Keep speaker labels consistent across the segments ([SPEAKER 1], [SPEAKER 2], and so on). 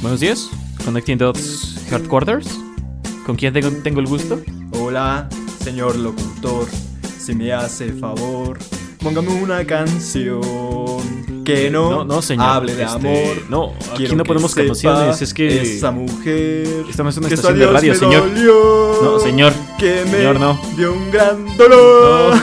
[SPEAKER 1] Buenos días, Connecting Dots Headquarters. ¿Con quién tengo, tengo el gusto?
[SPEAKER 2] Hola, señor locutor, si me hace favor, póngame una canción que Eh, no,
[SPEAKER 1] No, no, señor.
[SPEAKER 2] hable de
[SPEAKER 1] Este,
[SPEAKER 2] amor.
[SPEAKER 1] No,
[SPEAKER 2] Quiero
[SPEAKER 1] aquí no
[SPEAKER 2] que
[SPEAKER 1] ponemos
[SPEAKER 2] sepa
[SPEAKER 1] canciones, es que.
[SPEAKER 2] esa mujer
[SPEAKER 1] Esta no es una
[SPEAKER 2] que su
[SPEAKER 1] estación de
[SPEAKER 2] adiós
[SPEAKER 1] radio,
[SPEAKER 2] me
[SPEAKER 1] señor.
[SPEAKER 2] dolió,
[SPEAKER 1] No, señor.
[SPEAKER 2] que me
[SPEAKER 1] Señor, no.
[SPEAKER 2] dio un gran dolor.
[SPEAKER 1] No.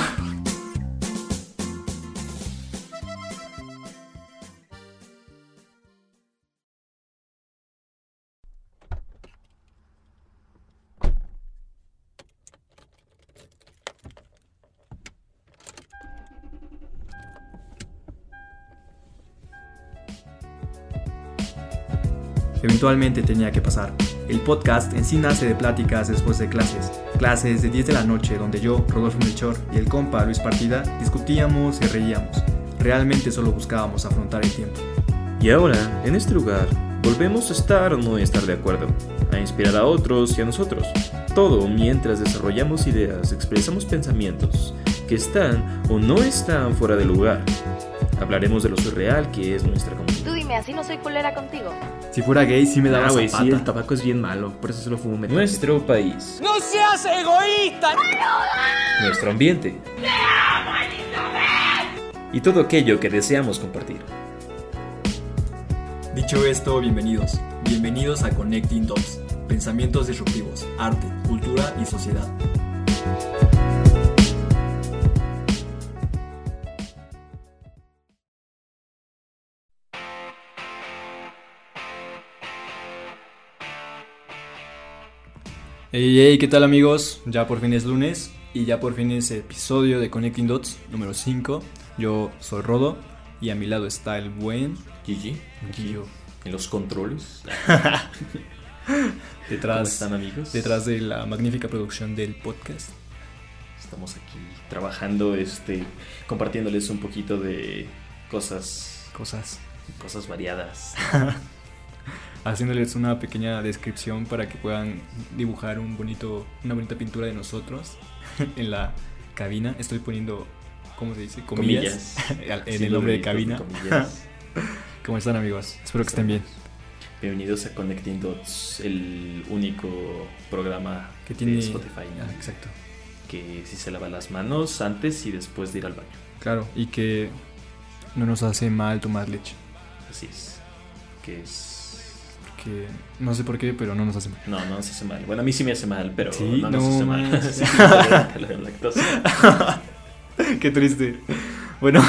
[SPEAKER 2] Eventualmente tenía que pasar. El podcast en sí nace de pláticas después de clases. Clases de 10 de la noche donde yo, Rodolfo Melchor y el compa Luis Partida discutíamos y reíamos. Realmente solo buscábamos afrontar el tiempo.
[SPEAKER 3] Y ahora, en este lugar, volvemos a estar o no estar de acuerdo, a inspirar a otros y a nosotros. Todo mientras desarrollamos ideas, expresamos pensamientos que están o no están fuera de lugar. Hablaremos de lo surreal que es nuestra
[SPEAKER 4] Tú
[SPEAKER 3] comunidad.
[SPEAKER 4] dime, así no soy culera contigo.
[SPEAKER 2] Si fuera gay sí me daba
[SPEAKER 3] Ah, güey,
[SPEAKER 2] zapata.
[SPEAKER 3] sí, el tabaco es bien malo, por eso solo fumo metal. Nuestro país. ¡No seas egoísta! Nuestro ambiente. Y todo aquello que deseamos compartir.
[SPEAKER 2] Dicho esto, bienvenidos. Bienvenidos a Connecting Dots. Pensamientos disruptivos, arte, cultura y sociedad. Hey, hey, ¿qué tal amigos? Ya por fin es lunes y ya por fin es episodio de Connecting Dots número 5. Yo soy Rodo y a mi lado está el buen
[SPEAKER 3] Gigi,
[SPEAKER 2] Guillo.
[SPEAKER 3] en los controles. ¿Cómo
[SPEAKER 2] Detrás,
[SPEAKER 3] están amigos?
[SPEAKER 2] detrás de la magnífica producción del podcast.
[SPEAKER 3] Estamos aquí trabajando, este, compartiéndoles un poquito de cosas,
[SPEAKER 2] Cosas.
[SPEAKER 3] cosas variadas.
[SPEAKER 2] Haciéndoles una pequeña descripción para que puedan dibujar un bonito, una bonita pintura de nosotros en la cabina. Estoy poniendo, ¿cómo se dice? Comillas. Al- en
[SPEAKER 3] Sí,
[SPEAKER 2] el
[SPEAKER 3] lo
[SPEAKER 2] nombre de
[SPEAKER 3] de-
[SPEAKER 2] cabina.
[SPEAKER 3] comillas.
[SPEAKER 2] ¿Cómo están amigos? Espero que estén bien.
[SPEAKER 3] Bienvenidos a Connecting Dots, el único programa
[SPEAKER 2] Que tiene...
[SPEAKER 3] de Spotify
[SPEAKER 2] Ah, exacto.
[SPEAKER 3] que si se lava las manos antes y después de ir al baño.
[SPEAKER 2] Claro. Y que no nos hace mal tomar leche.
[SPEAKER 3] Así es. Que es.
[SPEAKER 2] Porque no sé por qué, pero no nos hace mal.
[SPEAKER 3] No, no nos hace mal. Bueno, a mí sí me hace mal, pero
[SPEAKER 2] Sí,
[SPEAKER 3] no nos
[SPEAKER 2] no
[SPEAKER 3] hace mal.
[SPEAKER 2] manches.
[SPEAKER 3] Sí, sí, la- la lactosa.
[SPEAKER 2] Qué triste. Bueno,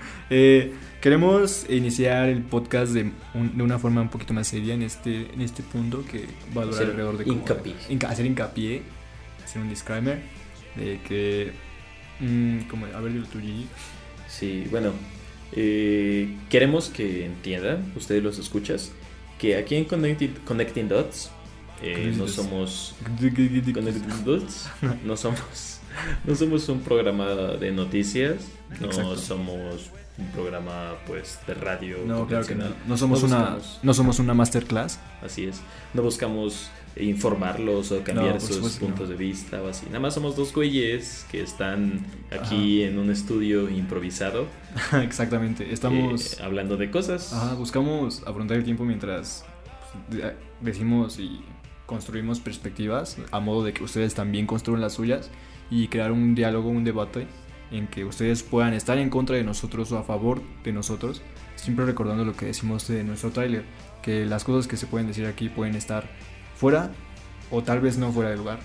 [SPEAKER 2] eh, queremos iniciar el podcast de, un- de una forma un poquito más seria en este, en este punto que va a durar
[SPEAKER 3] Hacer
[SPEAKER 2] alrededor de... como-
[SPEAKER 3] hincapié.
[SPEAKER 2] hinca- hacer hincapié, hacer un disclaimer de que... mm, como, a ver, dilo tú, Gigi.
[SPEAKER 3] Sí, bueno, eh, queremos que entiendan, ustedes los escuchas, que aquí en Connecting, Connecting Dots eh,
[SPEAKER 2] Connecting
[SPEAKER 3] no
[SPEAKER 2] Dots.
[SPEAKER 3] somos Connecting Dots, no somos, no somos un programa de noticias, no
[SPEAKER 2] Exacto.
[SPEAKER 3] somos un programa pues de radio
[SPEAKER 2] No, claro que no.
[SPEAKER 3] convencional.
[SPEAKER 2] No somos,
[SPEAKER 3] No
[SPEAKER 2] una,
[SPEAKER 3] buscamos.
[SPEAKER 2] no somos una masterclass.
[SPEAKER 3] Así es. No buscamos informarlos o
[SPEAKER 2] No,
[SPEAKER 3] cambiar
[SPEAKER 2] por
[SPEAKER 3] sus
[SPEAKER 2] supuesto que
[SPEAKER 3] puntos
[SPEAKER 2] no.
[SPEAKER 3] de vista o así. Nada más somos dos güeyes que están aquí en un estudio improvisado
[SPEAKER 2] Exactamente. Estamos...
[SPEAKER 3] eh, hablando de cosas.
[SPEAKER 2] Ajá, buscamos afrontar el tiempo mientras pues, de- decimos y construimos perspectivas a modo de que ustedes también construyan las suyas y crear un diálogo, un debate en que ustedes puedan estar en contra de nosotros o a favor de nosotros, siempre recordando lo que decimos de nuestro tráiler, que las cosas que se pueden decir aquí pueden estar fuera o tal vez no fuera de lugar.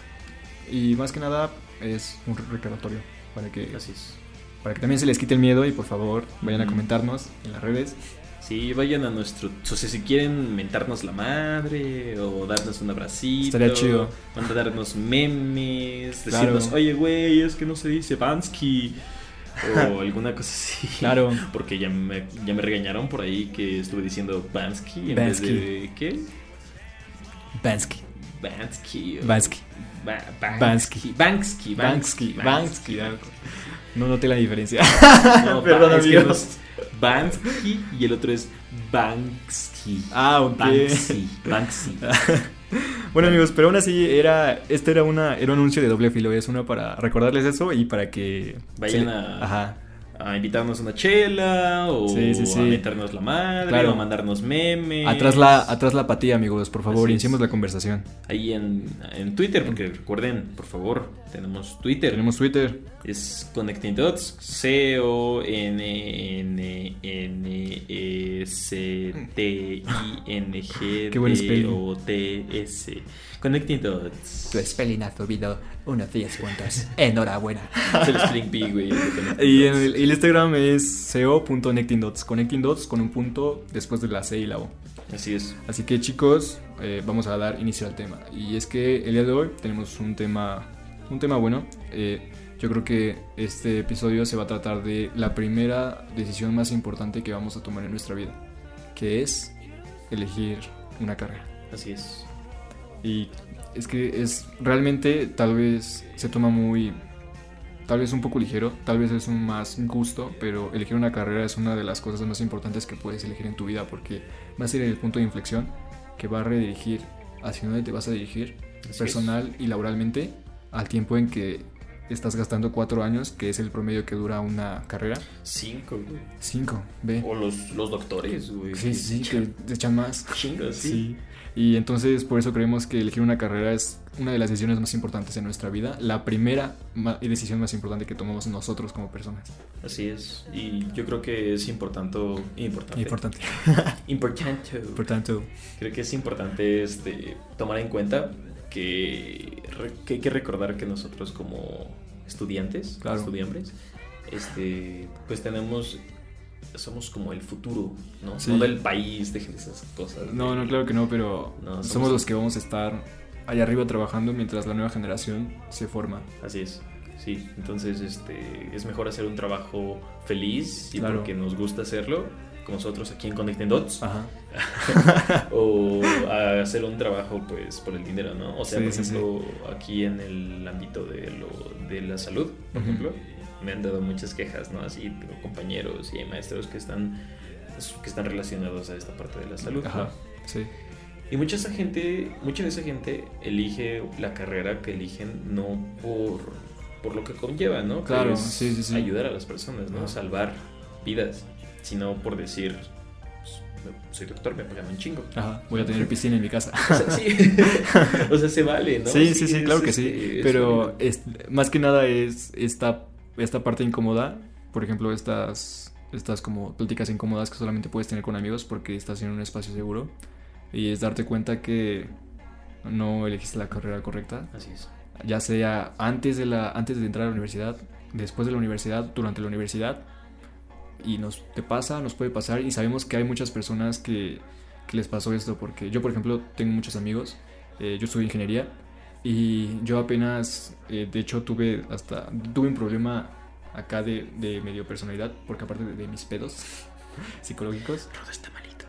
[SPEAKER 2] Y más que nada es un recordatorio para que,
[SPEAKER 3] Así es.
[SPEAKER 2] para que también se les quite el miedo y por favor vayan a
[SPEAKER 3] Ujú.
[SPEAKER 2] comentarnos en las redes
[SPEAKER 3] Sí, vayan a nuestro. O sea, si quieren mentarnos la madre o darnos un abracito.
[SPEAKER 2] Estaría chido.
[SPEAKER 3] van a darnos memes,
[SPEAKER 2] Claro.
[SPEAKER 3] decirnos, oye, güey, es que no se dice Bansky. O alguna cosa así.
[SPEAKER 2] Claro.
[SPEAKER 3] Porque ya me, ya me regañaron por ahí que estuve diciendo Bansky en
[SPEAKER 2] Bansky.
[SPEAKER 3] vez de. ¿Qué?
[SPEAKER 2] Bansky.
[SPEAKER 3] Bansky. o-
[SPEAKER 2] Bansky.
[SPEAKER 3] Ba- Ba-
[SPEAKER 2] Bansky.
[SPEAKER 3] Bansky. Bansky. Bansky.
[SPEAKER 2] Bansky. No noté la diferencia.
[SPEAKER 3] No,
[SPEAKER 2] Perdón,
[SPEAKER 3] Ba- es que
[SPEAKER 2] amigos.
[SPEAKER 3] no es Bansky y el otro es Banksky.
[SPEAKER 2] Ah, ok.
[SPEAKER 3] Banksy. Banksy.
[SPEAKER 2] Bueno, amigos, pero aún así era este era una era un anuncio de doble filo, es una para recordarles eso y para que se
[SPEAKER 3] Vayan
[SPEAKER 2] le-
[SPEAKER 3] a-
[SPEAKER 2] ajá,
[SPEAKER 3] a invitarnos una chela o
[SPEAKER 2] Sí, sí, sí.
[SPEAKER 3] a meternos la madre
[SPEAKER 2] Claro.
[SPEAKER 3] o a mandarnos memes.
[SPEAKER 2] Atrás la, atrás la apatía, amigos, por favor,
[SPEAKER 3] Así
[SPEAKER 2] iniciemos
[SPEAKER 3] es.
[SPEAKER 2] la conversación.
[SPEAKER 3] Ahí en, en Twitter, porque recuerden, por favor, tenemos Twitter.
[SPEAKER 2] Tenemos Twitter,
[SPEAKER 3] Es Connecting Dots. E C-O-N-N-N-E-C-T-I-N-G.
[SPEAKER 2] Qué buen spelling.
[SPEAKER 3] O-T-S. Connecting Dots.
[SPEAKER 4] Tu spelling ha subido unos 10 puntos. Enhorabuena.
[SPEAKER 3] Es el Spring Pea, güey. el de Connecting
[SPEAKER 2] Y en
[SPEAKER 3] Dots.
[SPEAKER 2] el, y el Instagram es co.nectingdots. Connecting dots con un punto después de la C y la O.
[SPEAKER 3] Así es.
[SPEAKER 2] Así que chicos, eh, vamos a dar inicio al tema. Y es que el día de hoy tenemos un tema, un tema bueno. Eh, yo creo que este episodio se va a tratar de la primera decisión más importante que vamos a tomar en nuestra vida, que es elegir una carrera.
[SPEAKER 3] Así es.
[SPEAKER 2] Y es que es realmente tal vez se toma muy tal vez un poco ligero, tal vez es un más injusto, pero elegir una carrera es una de las cosas más importantes que puedes elegir en tu vida porque va a ser el punto de inflexión que va a redirigir hacia dónde te vas a dirigir
[SPEAKER 3] Así
[SPEAKER 2] personal y laboralmente al tiempo en que estás gastando cuatro años, que es el promedio que dura una carrera.
[SPEAKER 3] es. Cinco, güey.
[SPEAKER 2] Cinco, ve.
[SPEAKER 3] O los, los doctores, güey.
[SPEAKER 2] Sí, sí, que te echan más.
[SPEAKER 3] Chingo, sí.
[SPEAKER 2] Sí. Y entonces por eso creemos que elegir una carrera es una de las decisiones más importantes en nuestra vida, la primera ma- decisión más importante que tomamos nosotros como personas.
[SPEAKER 3] Así es. Y yo creo que es importante. Importante.
[SPEAKER 2] Importante.
[SPEAKER 3] importante.
[SPEAKER 2] Por tanto,
[SPEAKER 3] Creo que es importante este, tomar en cuenta que, re- que hay que recordar que nosotros como estudiantes,
[SPEAKER 2] Claro.
[SPEAKER 3] estudiantes, este, pues tenemos, somos como el futuro, ¿no?
[SPEAKER 2] Sí.
[SPEAKER 3] No del país, dejen esas cosas.
[SPEAKER 2] no,
[SPEAKER 3] de-
[SPEAKER 2] no, claro que no, pero
[SPEAKER 3] No,
[SPEAKER 2] somos,
[SPEAKER 3] somos-
[SPEAKER 2] los que vamos a estar allá arriba trabajando mientras la nueva generación se forma.
[SPEAKER 3] Así es. Sí, entonces este, es mejor hacer un trabajo feliz y
[SPEAKER 2] Claro.
[SPEAKER 3] porque nos gusta hacerlo, como nosotros aquí en Connecting Dots,
[SPEAKER 2] Ajá.
[SPEAKER 3] o a hacer un trabajo pues por el dinero, ¿no? O sea,
[SPEAKER 2] Sí,
[SPEAKER 3] por
[SPEAKER 2] sí, sí.
[SPEAKER 3] ejemplo, aquí en el ámbito de, lo, de la salud, por
[SPEAKER 2] Ujú.
[SPEAKER 3] ejemplo, me han dado muchas quejas, ¿no? Así tengo compañeros y hay maestros que están que están relacionados a esta parte de la salud. ¿no?
[SPEAKER 2] Ajá. Sí.
[SPEAKER 3] Y mucha esa gente, mucha de esa gente elige la carrera que eligen no por, por lo que conlleva, ¿no? Que
[SPEAKER 2] Claro,
[SPEAKER 3] es
[SPEAKER 2] sí, sí, sí.
[SPEAKER 3] Ayudar a las personas, ¿no?
[SPEAKER 2] Ajá.
[SPEAKER 3] Salvar vidas, sino por decir, "Pues, me- soy doctor, me pagan un chingo.
[SPEAKER 2] Ajá. Voy a tener piscina en mi casa.
[SPEAKER 3] O sea, sí. o sea, se vale, ¿no?
[SPEAKER 2] Sí, sí, sí, claro
[SPEAKER 3] es,
[SPEAKER 2] que sí.
[SPEAKER 3] este, es
[SPEAKER 2] Pero
[SPEAKER 3] válido.
[SPEAKER 2] es- más que nada es esta, esta parte incómoda, por ejemplo, estas, estas como pláticas incómodas que solamente puedes tener con amigos porque estás en un espacio seguro y es darte cuenta que no elegiste la carrera correcta,
[SPEAKER 3] Así es.
[SPEAKER 2] ya sea antes de, la, antes de entrar a la universidad, después de la universidad, durante la universidad y nos te pasa, nos puede pasar y sabemos que hay muchas personas que, que les pasó esto porque yo por ejemplo tengo muchos amigos, eh, yo estudio ingeniería y yo apenas eh, de hecho tuve hasta tuve un problema acá de, de medio personalidad porque aparte de, de mis pedos psicológicos
[SPEAKER 3] Todo está malito.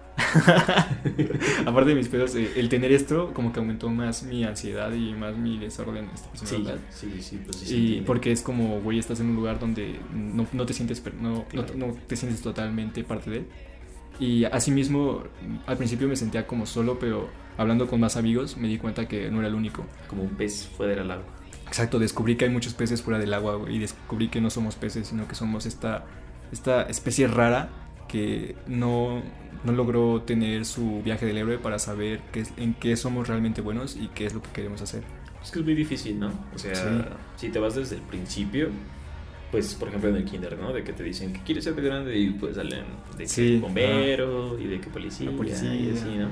[SPEAKER 2] aparte de mis pedos eh, el tener esto como que aumentó más mi ansiedad y más mi desorden esta
[SPEAKER 3] Sí,
[SPEAKER 2] personalidad
[SPEAKER 3] sí, sí, pues sí. se
[SPEAKER 2] y
[SPEAKER 3] entiende.
[SPEAKER 2] porque es como, güey, estás en un lugar donde no, no te sientes per- no, no-
[SPEAKER 3] Claro.
[SPEAKER 2] no te sientes totalmente parte de él. Y asimismo, al principio me sentía como solo, pero hablando con más amigos me di cuenta que no era el único.
[SPEAKER 3] Como un pez fuera del agua.
[SPEAKER 2] Exacto, descubrí que hay muchos peces fuera del agua güey, y descubrí que no somos peces, sino que somos esta, esta especie rara que no, no logró tener su viaje del héroe para saber qué es- en qué somos realmente buenos y qué es lo que queremos hacer.
[SPEAKER 3] Es que es muy difícil, ¿no? O sea,
[SPEAKER 2] Sí.
[SPEAKER 3] si te vas desde el principio, pues por ejemplo en el kinder, ¿no? De que te dicen que quieres ser de grande y pues salen de que
[SPEAKER 2] Sí,
[SPEAKER 3] bombero y de que policía,
[SPEAKER 2] La policía.
[SPEAKER 3] y así, ¿no?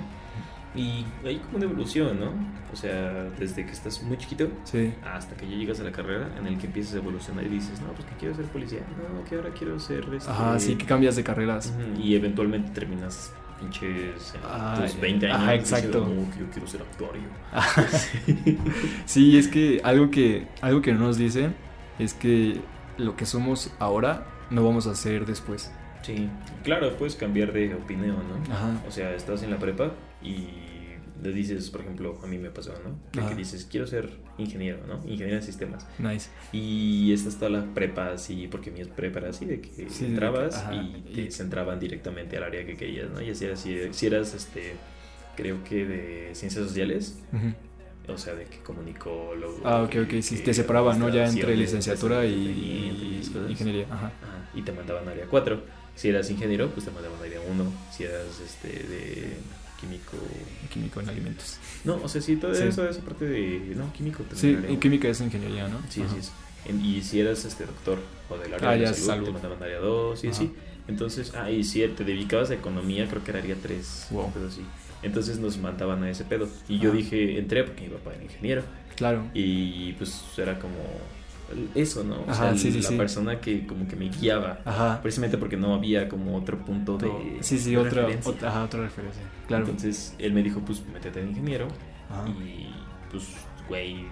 [SPEAKER 3] Y hay como una evolución, ¿no? O sea, desde que estás muy chiquito
[SPEAKER 2] Sí,
[SPEAKER 3] hasta que ya llegas a la carrera en el que empiezas a evolucionar y dices, no, pues que quiero ser policía, no, que ahora quiero ser... Este...
[SPEAKER 2] ajá, sí, que cambias de carreras.
[SPEAKER 3] Ujú, Y eventualmente terminas pinches en
[SPEAKER 2] Ah,
[SPEAKER 3] tus 20 años
[SPEAKER 2] ajá, exacto.
[SPEAKER 3] diciendo, no, que yo quiero ser actuario.
[SPEAKER 2] Sí, es que algo que algo que no nos dicen es que lo que somos ahora no vamos a ser después.
[SPEAKER 3] Sí, claro, puedes cambiar de opinión, ¿no?
[SPEAKER 2] Ajá.
[SPEAKER 3] O sea, estás en la prepa y le dices, por ejemplo, a mí me pasó, ¿no? De
[SPEAKER 2] Ah.
[SPEAKER 3] que dices, quiero ser ingeniero, ¿no? Ingeniero de sistemas.
[SPEAKER 2] Nice.
[SPEAKER 3] Y esta está la prepa así, porque mi prepa era así, de que
[SPEAKER 2] Sí, de que-
[SPEAKER 3] entrabas
[SPEAKER 2] ajá,
[SPEAKER 3] y te
[SPEAKER 2] y-
[SPEAKER 3] centraban directamente al área que querías, ¿no? Y así era, si, si eras, este, creo que de ciencias sociales, O sea, de que comunicólogo.
[SPEAKER 2] Ah, ok,
[SPEAKER 3] que-
[SPEAKER 2] ok, sí,
[SPEAKER 3] que
[SPEAKER 2] te separaban, ¿no? Ya entre
[SPEAKER 3] instalaciones,
[SPEAKER 2] licenciatura y
[SPEAKER 3] emprendimiento esas cosas.
[SPEAKER 2] ingeniería. Ajá.
[SPEAKER 3] Ajá, y te mandaban área 4. Si eras ingeniero, pues te mandaban área 1. Si eras este, de químico.
[SPEAKER 2] Químico en alimentos.
[SPEAKER 3] No, o sea, sí, todo
[SPEAKER 2] Sí.
[SPEAKER 3] eso es parte de. No, químico también.
[SPEAKER 2] Sí,
[SPEAKER 3] área
[SPEAKER 2] en
[SPEAKER 3] uno.
[SPEAKER 2] química es ingeniería, ¿no?
[SPEAKER 3] Sí,
[SPEAKER 2] Ajá.
[SPEAKER 3] sí. sí. En- y si eras este doctor o del área
[SPEAKER 2] Ah,
[SPEAKER 3] de la
[SPEAKER 2] ya,
[SPEAKER 3] salud,
[SPEAKER 2] salud.
[SPEAKER 3] te mandaban área 2 y
[SPEAKER 2] Ajá.
[SPEAKER 3] así. Entonces, ah, y si te dedicabas a economía, creo que era área 3.
[SPEAKER 2] Wow.
[SPEAKER 3] Pero sí. Entonces nos mandaban a ese pedo. Y yo
[SPEAKER 2] Ajá.
[SPEAKER 3] dije, entré porque mi papá era ingeniero.
[SPEAKER 2] Claro.
[SPEAKER 3] Y pues era como eso, ¿no? O
[SPEAKER 2] Ajá,
[SPEAKER 3] sea,
[SPEAKER 2] sí, sí,
[SPEAKER 3] la
[SPEAKER 2] sí.
[SPEAKER 3] persona que como que me guiaba.
[SPEAKER 2] Ajá.
[SPEAKER 3] Precisamente porque no había como otro punto de.
[SPEAKER 2] sí, sí,
[SPEAKER 3] de
[SPEAKER 2] otra,
[SPEAKER 3] referencia.
[SPEAKER 2] otra, ajá, otra referencia. Claro. Ah.
[SPEAKER 3] Entonces él me dijo, pues métete de ingeniero.
[SPEAKER 2] Ajá.
[SPEAKER 3] Y pues, güey,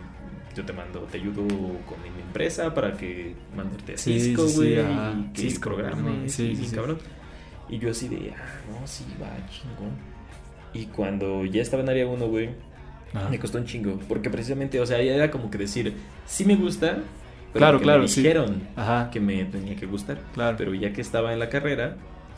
[SPEAKER 3] yo te mando, te ayudo con mi empresa para que mandarte a
[SPEAKER 2] Sí,
[SPEAKER 3] Cisco,
[SPEAKER 2] sí, sí,
[SPEAKER 3] güey,
[SPEAKER 2] ajá.
[SPEAKER 3] y que
[SPEAKER 2] Cisco,
[SPEAKER 3] programes,
[SPEAKER 2] ¿no? Sí,
[SPEAKER 3] y
[SPEAKER 2] sí, sí.
[SPEAKER 3] cabrón. Y yo así de, ah, no, sí, va, chingón. Y cuando ya estaba en área 1, güey,
[SPEAKER 2] Ajá.
[SPEAKER 3] me costó un chingo. Porque precisamente, o sea, ya era como que decir, sí me gusta, pero
[SPEAKER 2] Claro,
[SPEAKER 3] que
[SPEAKER 2] claro,
[SPEAKER 3] me
[SPEAKER 2] sí.
[SPEAKER 3] dijeron
[SPEAKER 2] Ajá.
[SPEAKER 3] que me tenía que gustar.
[SPEAKER 2] Claro.
[SPEAKER 3] Pero ya que estaba en la carrera,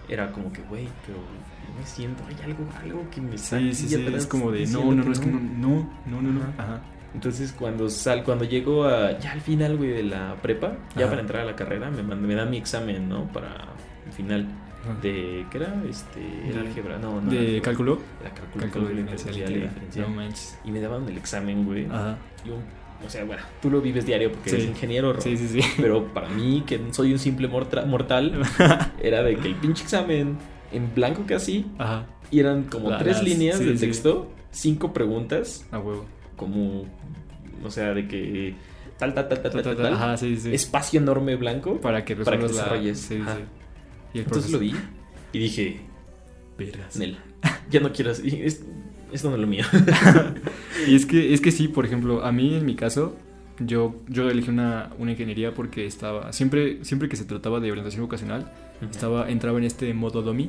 [SPEAKER 3] era como que, güey, pero no me siento, hay algo, algo que me está
[SPEAKER 2] Sí, sí,
[SPEAKER 3] aquí
[SPEAKER 2] sí,
[SPEAKER 3] atrás
[SPEAKER 2] es como de no,
[SPEAKER 3] diciendo
[SPEAKER 2] no, no, es que no, no, no, no, no.
[SPEAKER 3] Ajá.
[SPEAKER 2] Ajá.
[SPEAKER 3] Entonces cuando sal, cuando llego a, ya al final, güey, de la prepa, ya
[SPEAKER 2] Ajá.
[SPEAKER 3] para entrar a la carrera, me, mand- me da mi examen, ¿no? Para el final
[SPEAKER 2] Ajá.
[SPEAKER 3] de, ¿qué era? Este, era
[SPEAKER 2] De-
[SPEAKER 3] álgebra, no, no.
[SPEAKER 2] ¿De
[SPEAKER 3] álgebra.
[SPEAKER 2] cálculo?
[SPEAKER 3] Era cálculo,
[SPEAKER 2] Cálculo
[SPEAKER 3] cálculo
[SPEAKER 2] diferencial.
[SPEAKER 3] diferencial,
[SPEAKER 2] integral.
[SPEAKER 3] diferencial.
[SPEAKER 2] No manches.
[SPEAKER 3] Y me daban el examen, güey.
[SPEAKER 2] Ajá.
[SPEAKER 3] Y un- o sea, bueno, tú lo vives diario porque
[SPEAKER 2] Sí.
[SPEAKER 3] eres ingeniero, Ro.
[SPEAKER 2] Sí, sí, sí.
[SPEAKER 3] Pero para mí, que soy un simple mortra- mortal, era de que el pinche examen, en blanco casi,
[SPEAKER 2] Ajá.
[SPEAKER 3] y eran como
[SPEAKER 2] Las-
[SPEAKER 3] tres líneas
[SPEAKER 2] sí,
[SPEAKER 3] de
[SPEAKER 2] sí.
[SPEAKER 3] texto, cinco preguntas,
[SPEAKER 2] A huevo.
[SPEAKER 3] como, o sea, de que tal, tal, tal, tal,
[SPEAKER 2] Ta,
[SPEAKER 3] tal,
[SPEAKER 2] ta,
[SPEAKER 3] tal,
[SPEAKER 2] ta. Ajá, sí, sí.
[SPEAKER 3] espacio enorme blanco.
[SPEAKER 2] para que
[SPEAKER 3] para que
[SPEAKER 2] resuelvas la...
[SPEAKER 3] desarrolles.
[SPEAKER 2] Sí, sí.
[SPEAKER 3] Ajá.
[SPEAKER 2] Y el
[SPEAKER 3] Entonces lo
[SPEAKER 2] profesor-
[SPEAKER 3] vi y dije,
[SPEAKER 2] Vergas.
[SPEAKER 3] Nel, ya no quiero, así, es- esto no es lo mío.
[SPEAKER 2] Y es que, es que sí, por ejemplo, a mí en mi caso, yo, yo elegí una, una ingeniería porque estaba, siempre, siempre que se trataba de orientación vocacional, estaba, entraba en este modo DOMI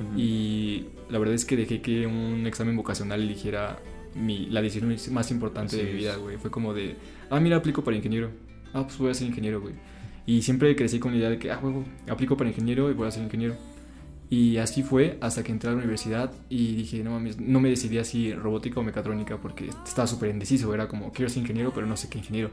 [SPEAKER 3] Ujú.
[SPEAKER 2] y la verdad es que dejé que un examen vocacional eligiera mi, la decisión más importante
[SPEAKER 3] Así
[SPEAKER 2] de mi
[SPEAKER 3] es.
[SPEAKER 2] vida, güey. Fue como de, ah, mira, aplico para ingeniero. Ah, pues voy a ser ingeniero, güey. Y siempre crecí con la idea de que, ah, huevo, aplico para ingeniero y voy a ser ingeniero. Y así fue hasta que entré a la universidad y dije, no mames, no me decidí así robótica o mecatrónica porque estaba súper indeciso, era como, quiero ser ingeniero, pero no sé qué ingeniero.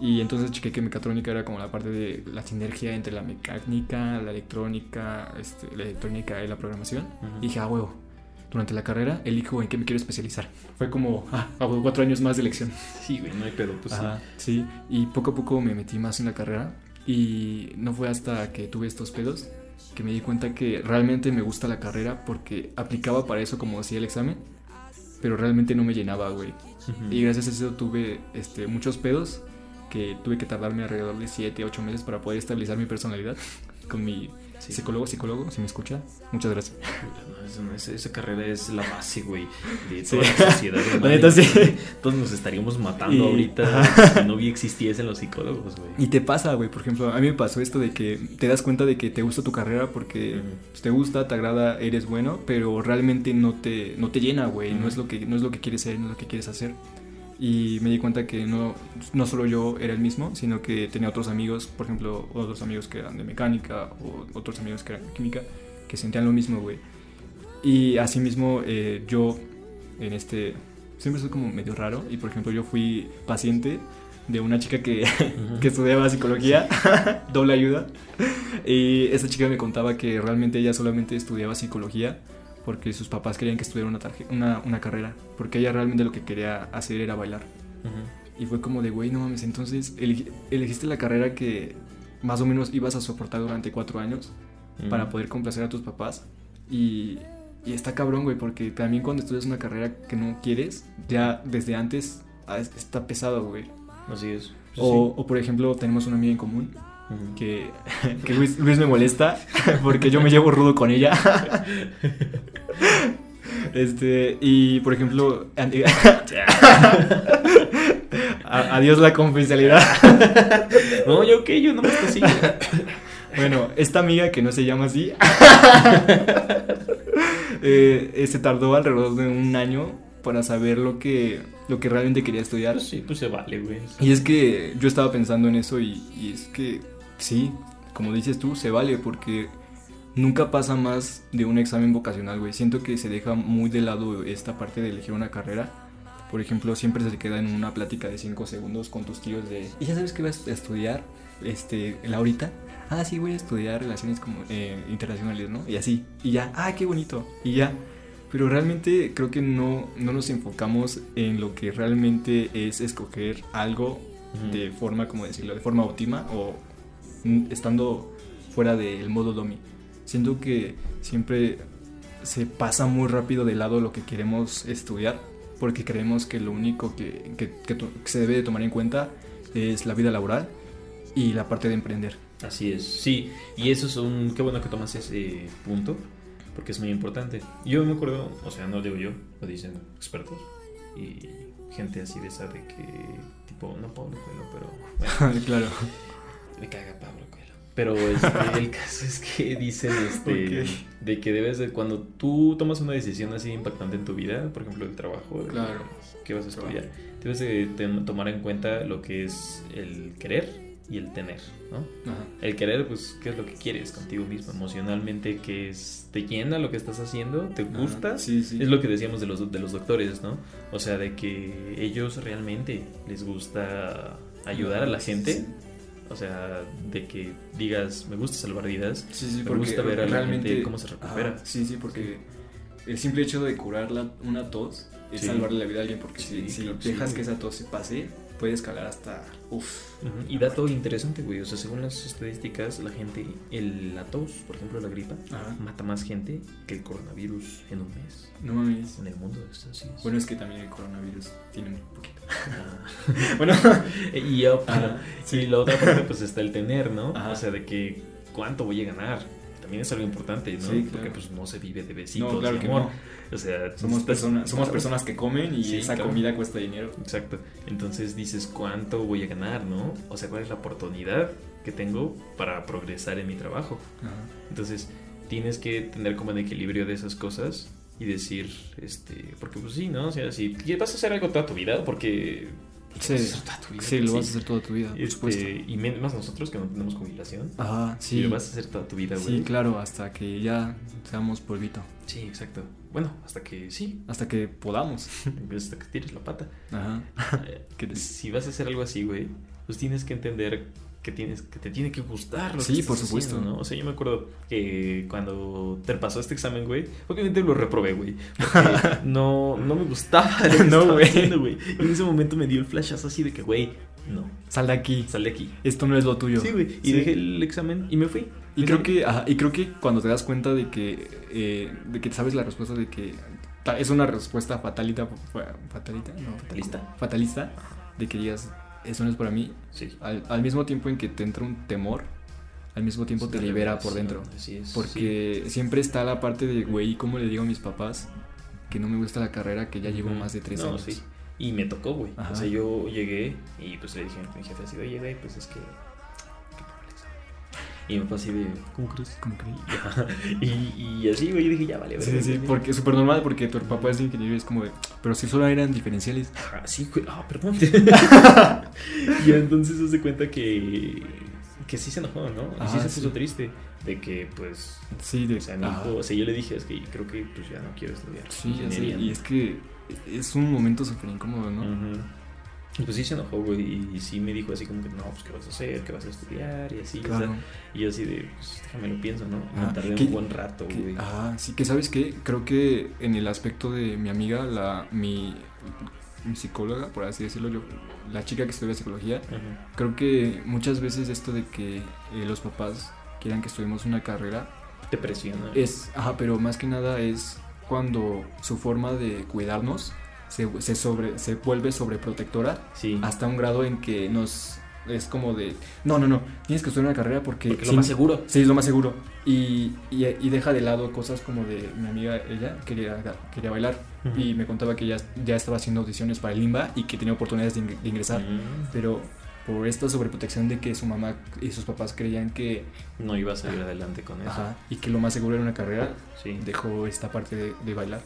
[SPEAKER 2] Y entonces chequé que mecatrónica era como la parte de la sinergia entre la mecánica, la electrónica, este, la electrónica y la programación.
[SPEAKER 3] Ujú.
[SPEAKER 2] Y dije, ah, huevo, durante la carrera elijo en qué me quiero especializar. Fue como, ah, ah, huevo, cuatro años más de elección.
[SPEAKER 3] Sí, güey, no hay pedo, pues sí.
[SPEAKER 2] Ajá, sí. Y poco a poco me metí más en la carrera. Y no fue hasta que tuve estos pedos que me di cuenta que realmente me gusta la carrera porque aplicaba para eso como decía el examen, pero realmente no me llenaba, güey.
[SPEAKER 3] Ujú.
[SPEAKER 2] Y gracias a eso tuve este, muchos pedos que tuve que tardarme alrededor de 7, 8 meses para poder estabilizar mi personalidad con mi
[SPEAKER 3] Sí.
[SPEAKER 2] psicólogo, psicólogo, si me escucha. Muchas gracias.
[SPEAKER 3] No, eso no, esa, esa carrera es la base, güey, de
[SPEAKER 2] Sí.
[SPEAKER 3] toda la sociedad.
[SPEAKER 2] La
[SPEAKER 3] ¿no?
[SPEAKER 2] neta, sí.
[SPEAKER 3] Todos nos estaríamos matando
[SPEAKER 2] Y-
[SPEAKER 3] ahorita si no vi- existiesen los psicólogos, güey.
[SPEAKER 2] Y te pasa, güey, por ejemplo, a mí me pasó esto de que te das cuenta de que te gusta tu carrera porque
[SPEAKER 3] Ujú.
[SPEAKER 2] pues, te gusta, te agrada, eres bueno, pero realmente no te, no te llena, güey, no,
[SPEAKER 3] Ujú.
[SPEAKER 2] es lo que, no es lo que quieres ser, no es lo que quieres hacer. Y me di cuenta que no, no solo yo era el mismo, sino que tenía otros amigos, por ejemplo, otros amigos que eran de mecánica o otros amigos que eran de química, que sentían lo mismo, güey. Y asimismo, eh, yo en este... Siempre soy como medio raro y, por ejemplo, yo fui paciente de una chica que que estudiaba psicología, doble ayuda. Y esa chica me contaba que realmente ella solamente estudiaba psicología porque sus papás querían que estudiara una, tarje- una, una carrera, porque ella realmente lo que quería hacer era bailar.
[SPEAKER 3] Ujú.
[SPEAKER 2] Y fue como de, güey, no mames, entonces elegi- elegiste la carrera que más o menos ibas a soportar durante cuatro años para
[SPEAKER 3] Ujú.
[SPEAKER 2] poder complacer a tus papás. Y, y está cabrón, güey, porque también cuando estudias una carrera que no quieres, ya desde antes ah, es- está pesado, güey.
[SPEAKER 3] Así es. Pues
[SPEAKER 2] O, o, por ejemplo, tenemos una amiga en común
[SPEAKER 3] sí. Ujú.
[SPEAKER 2] que, que Luis, Luis me molesta porque yo me llevo rudo con ella. Este, y por ejemplo, an- a- adiós la confidencialidad.
[SPEAKER 3] No, yo qué, yo no me estoy siguiendo.
[SPEAKER 2] Bueno, esta amiga que no se llama así, eh, eh, se tardó alrededor de un año para saber lo que, lo que realmente quería estudiar.
[SPEAKER 3] Pues sí, pues se vale, güey.
[SPEAKER 2] Y es que yo estaba pensando en eso y, y es que sí, como dices tú, se vale porque nunca pasa más de un examen vocacional, güey. Siento que se deja muy de lado esta parte de elegir una carrera Por ejemplo, siempre se queda en una plática de 5 segundos con tus tíos de, ¿y ya sabes que vas a estudiar este, ahorita? Ah, sí, voy a estudiar relaciones como, eh, internacionales, ¿no? Y así, y ya, ah, qué bonito, y ya. Pero realmente creo que no, no nos enfocamos en lo que realmente es escoger algo
[SPEAKER 3] Ujú.
[SPEAKER 2] de forma, como decirlo, de forma óptima o mm, estando fuera del modo domi. Siento que siempre se pasa muy rápido de lado lo que queremos estudiar porque creemos que lo único que, que- que to- que se debe de tomar en cuenta es la vida laboral y la parte de emprender.
[SPEAKER 3] Así es, sí. Y eso es un... Qué bueno que tomas ese punto, porque es muy importante. Yo me acuerdo, o sea, no lo digo yo, lo dicen expertos y gente así de esa de que... Tipo, no Pablo Coelho, pero... bueno,
[SPEAKER 2] claro.
[SPEAKER 3] me caga Pablo Coelho. Pero este, el caso es que dicen este,
[SPEAKER 2] Ok.
[SPEAKER 3] de que debes de... Cuando tú tomas una decisión así impactante en tu vida, por ejemplo, el trabajo, el-
[SPEAKER 2] Claro.
[SPEAKER 3] que vas a estudiar. Debes de tem- tomar en cuenta lo que es el querer y el tener, ¿no?
[SPEAKER 2] Ajá.
[SPEAKER 3] El querer, pues, qué es lo que quieres contigo mismo, emocionalmente, que es, te llena lo que estás haciendo, te gusta.
[SPEAKER 2] Ajá. Sí, sí.
[SPEAKER 3] Es lo que decíamos de los, de los doctores, ¿no? O sea, de que ellos realmente les gusta ayudar a la gente. O sea, de que digas, me gusta salvar vidas,
[SPEAKER 2] Sí, sí,
[SPEAKER 3] me
[SPEAKER 2] porque
[SPEAKER 3] gusta ver a la
[SPEAKER 2] realmente
[SPEAKER 3] gente cómo se recupera.
[SPEAKER 2] Ajá, sí, sí, porque el simple hecho de curar la- una tos es
[SPEAKER 3] Sí.
[SPEAKER 2] salvarle la vida a alguien, porque
[SPEAKER 3] Sí,
[SPEAKER 2] si, si
[SPEAKER 3] claro que
[SPEAKER 2] dejas
[SPEAKER 3] sí.
[SPEAKER 2] que esa tos se pase, puede escalar hasta... Uf.
[SPEAKER 3] Ujú, Y dato interesante, güey. O sea, según las estadísticas, la gente, el, la tos, por ejemplo, la gripa,
[SPEAKER 2] Ajá.
[SPEAKER 3] mata más gente que el coronavirus en un mes.
[SPEAKER 2] No mames.
[SPEAKER 3] En el mundo, esto así es.
[SPEAKER 2] Bueno, es que también el coronavirus tiene muy poquito.
[SPEAKER 3] Ah,
[SPEAKER 2] Bueno,
[SPEAKER 3] y, ah, ya, pero-
[SPEAKER 2] Ajá,
[SPEAKER 3] y la otra parte, pues está el tener, ¿no?
[SPEAKER 2] Ajá.
[SPEAKER 3] O sea, de que cuánto voy a ganar. También es algo importante, ¿no?
[SPEAKER 2] Sí, claro.
[SPEAKER 3] Porque pues no se vive de besitos,
[SPEAKER 2] no, claro
[SPEAKER 3] de
[SPEAKER 2] que
[SPEAKER 3] amor.
[SPEAKER 2] no.
[SPEAKER 3] O sea,
[SPEAKER 2] Somos
[SPEAKER 3] estás-
[SPEAKER 2] personas, somos
[SPEAKER 3] claro.
[SPEAKER 2] personas que comen y
[SPEAKER 3] Sí,
[SPEAKER 2] esa
[SPEAKER 3] claro.
[SPEAKER 2] comida cuesta dinero.
[SPEAKER 3] Exacto. Entonces dices, ¿cuánto voy a ganar, no? O sea, ¿cuál es la oportunidad que tengo para progresar en mi trabajo? Entonces, tienes que tener como el equilibrio de esas cosas y decir, este, porque pues sí, ¿no? O sea, si vas a hacer algo toda tu vida, porque...
[SPEAKER 2] Sí,
[SPEAKER 3] vas a hacer toda tu vida, pues, sí.
[SPEAKER 2] hacer toda tu vida,
[SPEAKER 3] Este, y men- más nosotros que no tenemos jubilación.
[SPEAKER 2] Ajá,
[SPEAKER 3] Y lo vas a hacer toda tu vida, güey.
[SPEAKER 2] claro, hasta que ya seamos polvito.
[SPEAKER 3] Sí, exacto. Bueno, hasta que sí,
[SPEAKER 2] Hasta que podamos.
[SPEAKER 3] hasta que tires la pata.
[SPEAKER 2] Ajá.
[SPEAKER 3] Eh,
[SPEAKER 2] Que te-
[SPEAKER 3] si vas a hacer algo así, güey, pues tienes que entender que tienes que te tiene que gustar lo
[SPEAKER 2] Sí,
[SPEAKER 3] que estás
[SPEAKER 2] por supuesto.
[SPEAKER 3] haciendo, ¿no? O sea, yo me acuerdo que cuando te pasó este examen, güey, obviamente lo reprobé, güey, porque no no me gustaba lo que
[SPEAKER 2] No,
[SPEAKER 3] estaba
[SPEAKER 2] güey.
[SPEAKER 3] haciendo, güey. Y en ese momento me dio el flashazo así de que, güey, no,
[SPEAKER 2] Sal de aquí.
[SPEAKER 3] sal de aquí.
[SPEAKER 2] Esto no es lo tuyo.
[SPEAKER 3] Sí, güey, y
[SPEAKER 2] Sí.
[SPEAKER 3] dejé el examen y me fui.
[SPEAKER 2] Y
[SPEAKER 3] Me
[SPEAKER 2] creo
[SPEAKER 3] fui.
[SPEAKER 2] que, ajá, y creo que cuando te das cuenta de que, eh, de que sabes la respuesta de que ta- es una respuesta fatalita, fa- fatalita, no,
[SPEAKER 3] fatalista.
[SPEAKER 2] fatalista, de que digas, eso no es para mí,
[SPEAKER 3] Sí.
[SPEAKER 2] al, al mismo tiempo en que te entra un temor, al mismo tiempo te
[SPEAKER 3] Sí,
[SPEAKER 2] libera
[SPEAKER 3] sí,
[SPEAKER 2] por dentro.
[SPEAKER 3] Así es. sí.
[SPEAKER 2] Porque siempre está la parte de, güey, ¿cómo le digo a mis papás que no me gusta la carrera, que ya llevo
[SPEAKER 3] Ujú.
[SPEAKER 2] más de tres
[SPEAKER 3] No,
[SPEAKER 2] años?
[SPEAKER 3] sí. Y me tocó, güey.
[SPEAKER 2] Ajá.
[SPEAKER 3] O sea, yo llegué y pues le dije a mi jefe así, oye, güey, pues es que... qué pobre examen". Y me fue así de...
[SPEAKER 2] ¿Cómo crees? ¿Cómo crees?
[SPEAKER 3] Y, y así, güey, yo dije, ya vale,
[SPEAKER 2] Sí,
[SPEAKER 3] verga,
[SPEAKER 2] sí,
[SPEAKER 3] güey".
[SPEAKER 2] porque es súper normal, porque tu papá es ingeniero y es como de, pero si solo eran diferenciales.
[SPEAKER 3] Ajá, sí, güey. Ah, perdón. y entonces se hace cuenta que... Que sí se enojó, ¿no?
[SPEAKER 2] Ajá,
[SPEAKER 3] Y sí se
[SPEAKER 2] Ah, sí.
[SPEAKER 3] puso triste. De que, pues...
[SPEAKER 2] Sí, de,
[SPEAKER 3] O sea, me
[SPEAKER 2] ajá.
[SPEAKER 3] dijo- o sea, yo le dije, es que creo que pues ya no quiero estudiar.
[SPEAKER 2] Sí, ya sé,
[SPEAKER 3] ingeniería,
[SPEAKER 2] y
[SPEAKER 3] ¿no?". Mm,
[SPEAKER 2] es que es un momento súper incómodo, ¿no?
[SPEAKER 3] Ujú. Y Pues sí se enojó, güey, y- y sí me dijo así como que, no, pues qué vas a hacer, qué vas a estudiar, y así, o sea,
[SPEAKER 2] Claro.
[SPEAKER 3] y yo así de, pues déjame lo pienso, ¿no? Y me
[SPEAKER 2] Ah,
[SPEAKER 3] tardé
[SPEAKER 2] ¿qué-
[SPEAKER 3] un buen rato,
[SPEAKER 2] Que-
[SPEAKER 3] güey.
[SPEAKER 2] ah, sí, que sabes qué, creo que en el aspecto de mi amiga, la mi, mi psicóloga, por así decirlo, yo, la chica que estudia psicología,
[SPEAKER 3] Ajá.
[SPEAKER 2] creo que muchas veces esto de que eh, los papás quieran que estudiemos una carrera
[SPEAKER 3] Te presiona.
[SPEAKER 2] es, ajá, pero más que nada es cuando su forma de cuidarnos se, se sobre se vuelve sobreprotectora
[SPEAKER 3] sí.
[SPEAKER 2] hasta un grado en que nos es como de no no no tienes que estudiar una carrera porque,
[SPEAKER 3] Porque es
[SPEAKER 2] si-
[SPEAKER 3] lo más seguro.
[SPEAKER 2] sí es lo más seguro y, y, y deja de lado cosas como de mi amiga ella quería quería bailar y me contaba que ya, ya estaba haciendo audiciones para el IMBA y que tenía oportunidades de, ing- de ingresar
[SPEAKER 3] Mm,
[SPEAKER 2] pero por esta sobreprotección de que su mamá y sus papás creían que
[SPEAKER 3] No iba a salir adelante con eso.
[SPEAKER 2] ajá, y que lo más seguro era una carrera
[SPEAKER 3] Sí,
[SPEAKER 2] dejó esta parte de, de bailar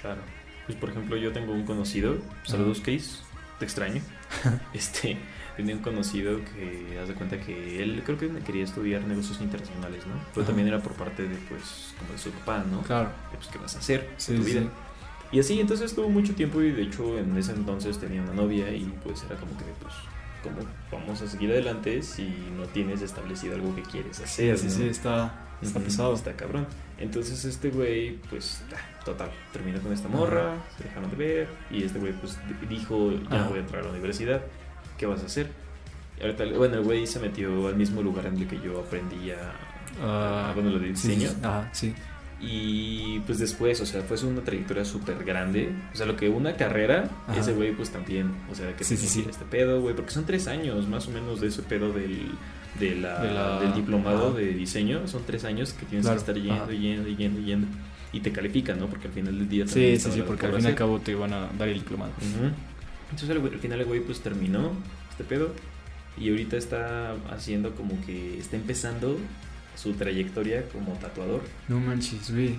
[SPEAKER 3] claro. Pues por ejemplo, yo tengo un conocido, pues, saludos Case, te extraño. este, tenía un conocido que haz de cuenta que él creo que quería estudiar negocios internacionales, ¿no? Pero
[SPEAKER 2] Ajá.
[SPEAKER 3] también era por parte de pues como de su papá, ¿no?
[SPEAKER 2] claro
[SPEAKER 3] Pues qué vas a hacer
[SPEAKER 2] Sí,
[SPEAKER 3] de tu
[SPEAKER 2] sí.
[SPEAKER 3] vida. Y así, entonces tuvo mucho tiempo y de hecho en ese entonces tenía una novia y pues era como que, pues, ¿cómo vamos a seguir adelante si no tienes establecido algo que quieres
[SPEAKER 2] Sí,
[SPEAKER 3] hacer?
[SPEAKER 2] sí,
[SPEAKER 3] no?
[SPEAKER 2] sí, está, está
[SPEAKER 3] Ujú,
[SPEAKER 2] pesado.
[SPEAKER 3] Está cabrón. Entonces este güey, pues, ah, total, terminó con esta morra, se dejaron de ver y este güey, pues, di- dijo, ya
[SPEAKER 1] Ajá.
[SPEAKER 3] voy a entrar a la universidad, ¿qué vas a hacer? Y ahorita, bueno, el güey se metió al mismo lugar en el que yo aprendí a...
[SPEAKER 2] Ah,
[SPEAKER 3] bueno, lo
[SPEAKER 2] sí,
[SPEAKER 3] de
[SPEAKER 2] sí,
[SPEAKER 3] diseño.
[SPEAKER 2] sí. Ajá, sí.
[SPEAKER 3] Y pues después, o sea, fue una trayectoria súper grande. O sea, lo que una carrera,
[SPEAKER 2] Ajá.
[SPEAKER 3] ese güey pues también. O sea, que
[SPEAKER 2] Sí,
[SPEAKER 3] tenía
[SPEAKER 2] sí,
[SPEAKER 3] que ir
[SPEAKER 2] sí.
[SPEAKER 3] a este pedo, güey. Porque son tres años más o menos de ese pedo del, de la-
[SPEAKER 2] De la-
[SPEAKER 3] del diplomado
[SPEAKER 2] ajá.
[SPEAKER 3] de diseño. Son tres años que tienes
[SPEAKER 2] Claro,
[SPEAKER 3] que estar yendo,
[SPEAKER 2] ajá.
[SPEAKER 3] yendo, yendo, yendo. Y te califican, ¿no? Porque al final del día también
[SPEAKER 2] Sí, sí,
[SPEAKER 3] está
[SPEAKER 2] sí,
[SPEAKER 3] la
[SPEAKER 2] porque al fin y al
[SPEAKER 3] evaluación.
[SPEAKER 2] cabo te iban a dar el diplomado.
[SPEAKER 3] Ujú. Entonces el güey- al final el güey pues terminó este pedo y ahorita está haciendo como que está empezando su trayectoria como tatuador
[SPEAKER 2] No manches, güey.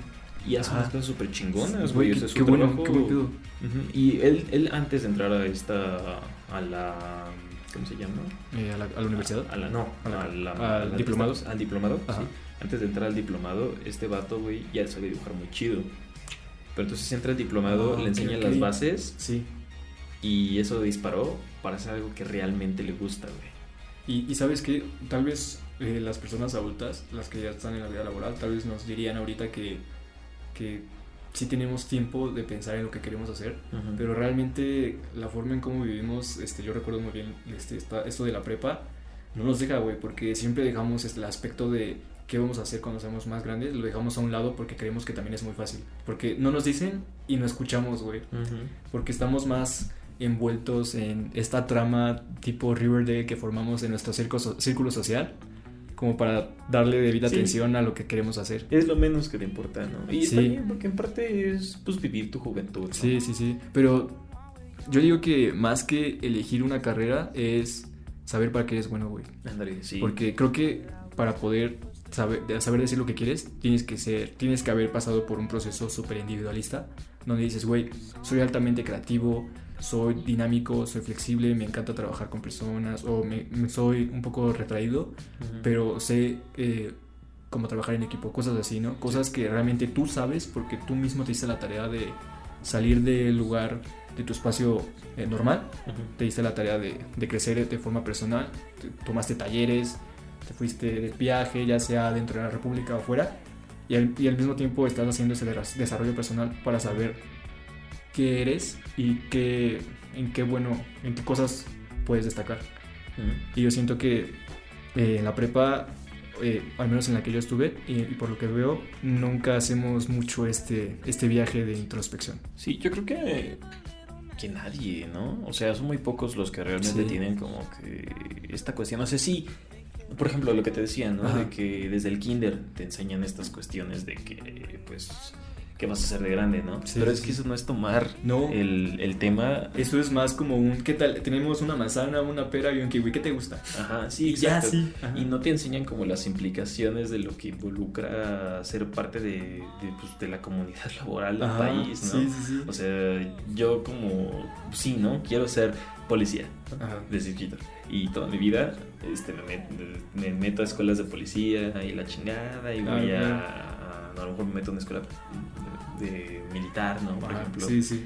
[SPEAKER 3] y hace
[SPEAKER 2] Ajá.
[SPEAKER 3] unas cosas súper chingonas,
[SPEAKER 2] Güey,
[SPEAKER 3] güey. O
[SPEAKER 2] qué,
[SPEAKER 3] sea, su
[SPEAKER 2] qué bueno,
[SPEAKER 3] trabajo-
[SPEAKER 2] qué buen pedo.
[SPEAKER 3] Ujú, Y él, él antes de entrar a esta, a la, ¿cómo se llama?
[SPEAKER 2] Eh, a, la, a la universidad.
[SPEAKER 3] A, la, no,
[SPEAKER 2] A la-
[SPEAKER 3] a la-
[SPEAKER 2] al
[SPEAKER 3] a la-
[SPEAKER 2] diplomado.
[SPEAKER 3] Al diplomado,
[SPEAKER 2] Ajá.
[SPEAKER 3] Ah, sí. Antes de entrar al diplomado, este vato, güey, ya sabe dibujar muy chido. Pero entonces entra al diplomado,
[SPEAKER 2] Ah,
[SPEAKER 3] le
[SPEAKER 2] ok,
[SPEAKER 3] enseña
[SPEAKER 2] ok.
[SPEAKER 3] las bases
[SPEAKER 2] Sí.
[SPEAKER 3] y eso disparó para hacer algo que realmente le gusta, güey.
[SPEAKER 2] Y, y sabes que tal vez eh, las personas adultas, las que ya están en la vida laboral, tal vez nos dirían ahorita que, que sí tenemos tiempo de pensar en lo que queremos hacer, pero realmente la forma en cómo vivimos, este, yo recuerdo muy bien este, esta- esto de la prepa, no nos deja, güey, porque siempre dejamos este, el aspecto de qué vamos a hacer cuando seamos más grandes, lo dejamos a un lado porque creemos que también es muy fácil, porque no nos dicen y no escuchamos, güey porque estamos más envueltos en esta trama tipo Riverdale que formamos en nuestro circo so- círculo social, como para darle debida
[SPEAKER 3] Sí.
[SPEAKER 2] atención a lo que queremos hacer.
[SPEAKER 3] Es lo menos que te importa, ¿no? Y está
[SPEAKER 2] Sí.
[SPEAKER 3] bien, porque en parte es pues vivir tu juventud. ¿no?
[SPEAKER 2] Sí, sí, sí, pero yo digo que más que elegir una carrera es saber para qué eres bueno, güey.
[SPEAKER 3] Ándale, sí.
[SPEAKER 2] Porque creo que para poder saber, de- saber decir lo que quieres, tienes que ser, tienes que haber pasado por un proceso súper individualista, donde dices, güey, soy altamente creativo, soy dinámico, soy flexible, me encanta trabajar con personas, o me, me- soy un poco retraído,
[SPEAKER 3] Ujú.
[SPEAKER 2] pero sé eh, cómo trabajar en equipo, cosas así, ¿no? Cosas que realmente tú sabes porque tú mismo te diste la tarea de salir del lugar, de tu espacio eh, normal
[SPEAKER 3] Ujú.
[SPEAKER 2] te diste la tarea de, de crecer de forma personal, te- tomaste talleres, te fuiste de viaje, ya sea dentro de la República o fuera, y al, y al mismo tiempo estás haciendo ese des- desarrollo personal para saber qué eres y qué, en qué bueno, en qué cosas puedes destacar.
[SPEAKER 3] Ujú.
[SPEAKER 2] Y yo siento que eh, en la prepa, eh, al menos en la que yo estuve, y, y por lo que veo, nunca hacemos mucho este, este viaje de introspección.
[SPEAKER 3] Sí, yo creo que que nadie, ¿no? O sea, son muy pocos los que realmente
[SPEAKER 2] Sí.
[SPEAKER 3] tienen como que esta cuestión. O sea, sí, por ejemplo, lo que te decía, ¿no?
[SPEAKER 2] Ajá.
[SPEAKER 3] De que desde el kinder te enseñan estas cuestiones de que, pues, ¿qué vas a hacer de grande, no?
[SPEAKER 2] Sí,
[SPEAKER 3] Pero
[SPEAKER 2] sí,
[SPEAKER 3] es que
[SPEAKER 2] sí.
[SPEAKER 3] eso no es tomar
[SPEAKER 2] No.
[SPEAKER 3] el, el tema.
[SPEAKER 2] Eso es más como un, ¿qué tal? Tenemos una manzana, una pera y un kiwi, ¿qué te gusta?
[SPEAKER 3] Ajá, sí,
[SPEAKER 2] Ya,
[SPEAKER 3] exacto.
[SPEAKER 2] sí. Ajá.
[SPEAKER 3] Y no te enseñan como las implicaciones de lo que involucra ser parte de, de, pues, de la comunidad laboral del
[SPEAKER 2] Ajá,
[SPEAKER 3] país, ¿no?
[SPEAKER 2] Sí, sí, sí.
[SPEAKER 3] O sea, yo como, sí, ¿no? Quiero ser policía
[SPEAKER 2] Ajá.
[SPEAKER 3] desde chiquito. Y toda mi vida este, me, met- me meto a escuelas de policía y la chingada y voy
[SPEAKER 2] Claro, Ah,
[SPEAKER 3] a, a... lo mejor me meto a una escuela de, de militar, ¿no? Por
[SPEAKER 2] Ajá,
[SPEAKER 3] ejemplo.
[SPEAKER 2] Ah, Sí, sí.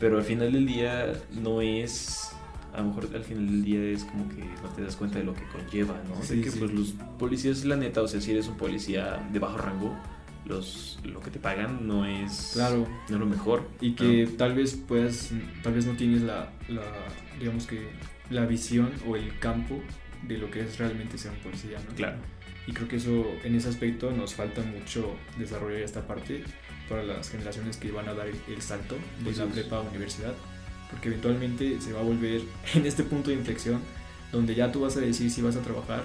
[SPEAKER 3] Pero al final del día no es... A lo mejor al final del día es como que no te das cuenta de lo que conlleva, ¿no?
[SPEAKER 2] Sí,
[SPEAKER 3] de que
[SPEAKER 2] sí.
[SPEAKER 3] pues los policías, la neta, o sea, si eres un policía de bajo rango, los, lo que te pagan no es...
[SPEAKER 2] Claro.
[SPEAKER 3] No es lo mejor.
[SPEAKER 2] Y que tal vez puedas, tal vez no tienes la, la, digamos que, la visión o el campo de lo que es realmente ser un policía, ¿no?
[SPEAKER 3] ¿no? Claro.
[SPEAKER 2] Y creo que eso, en ese aspecto, nos falta mucho desarrollar esta parte para las generaciones que van a dar el, el salto de
[SPEAKER 3] Así
[SPEAKER 2] la
[SPEAKER 3] es.
[SPEAKER 2] prepa a universidad, porque eventualmente se va a volver en este punto de inflexión donde ya tú vas a decir si vas a trabajar,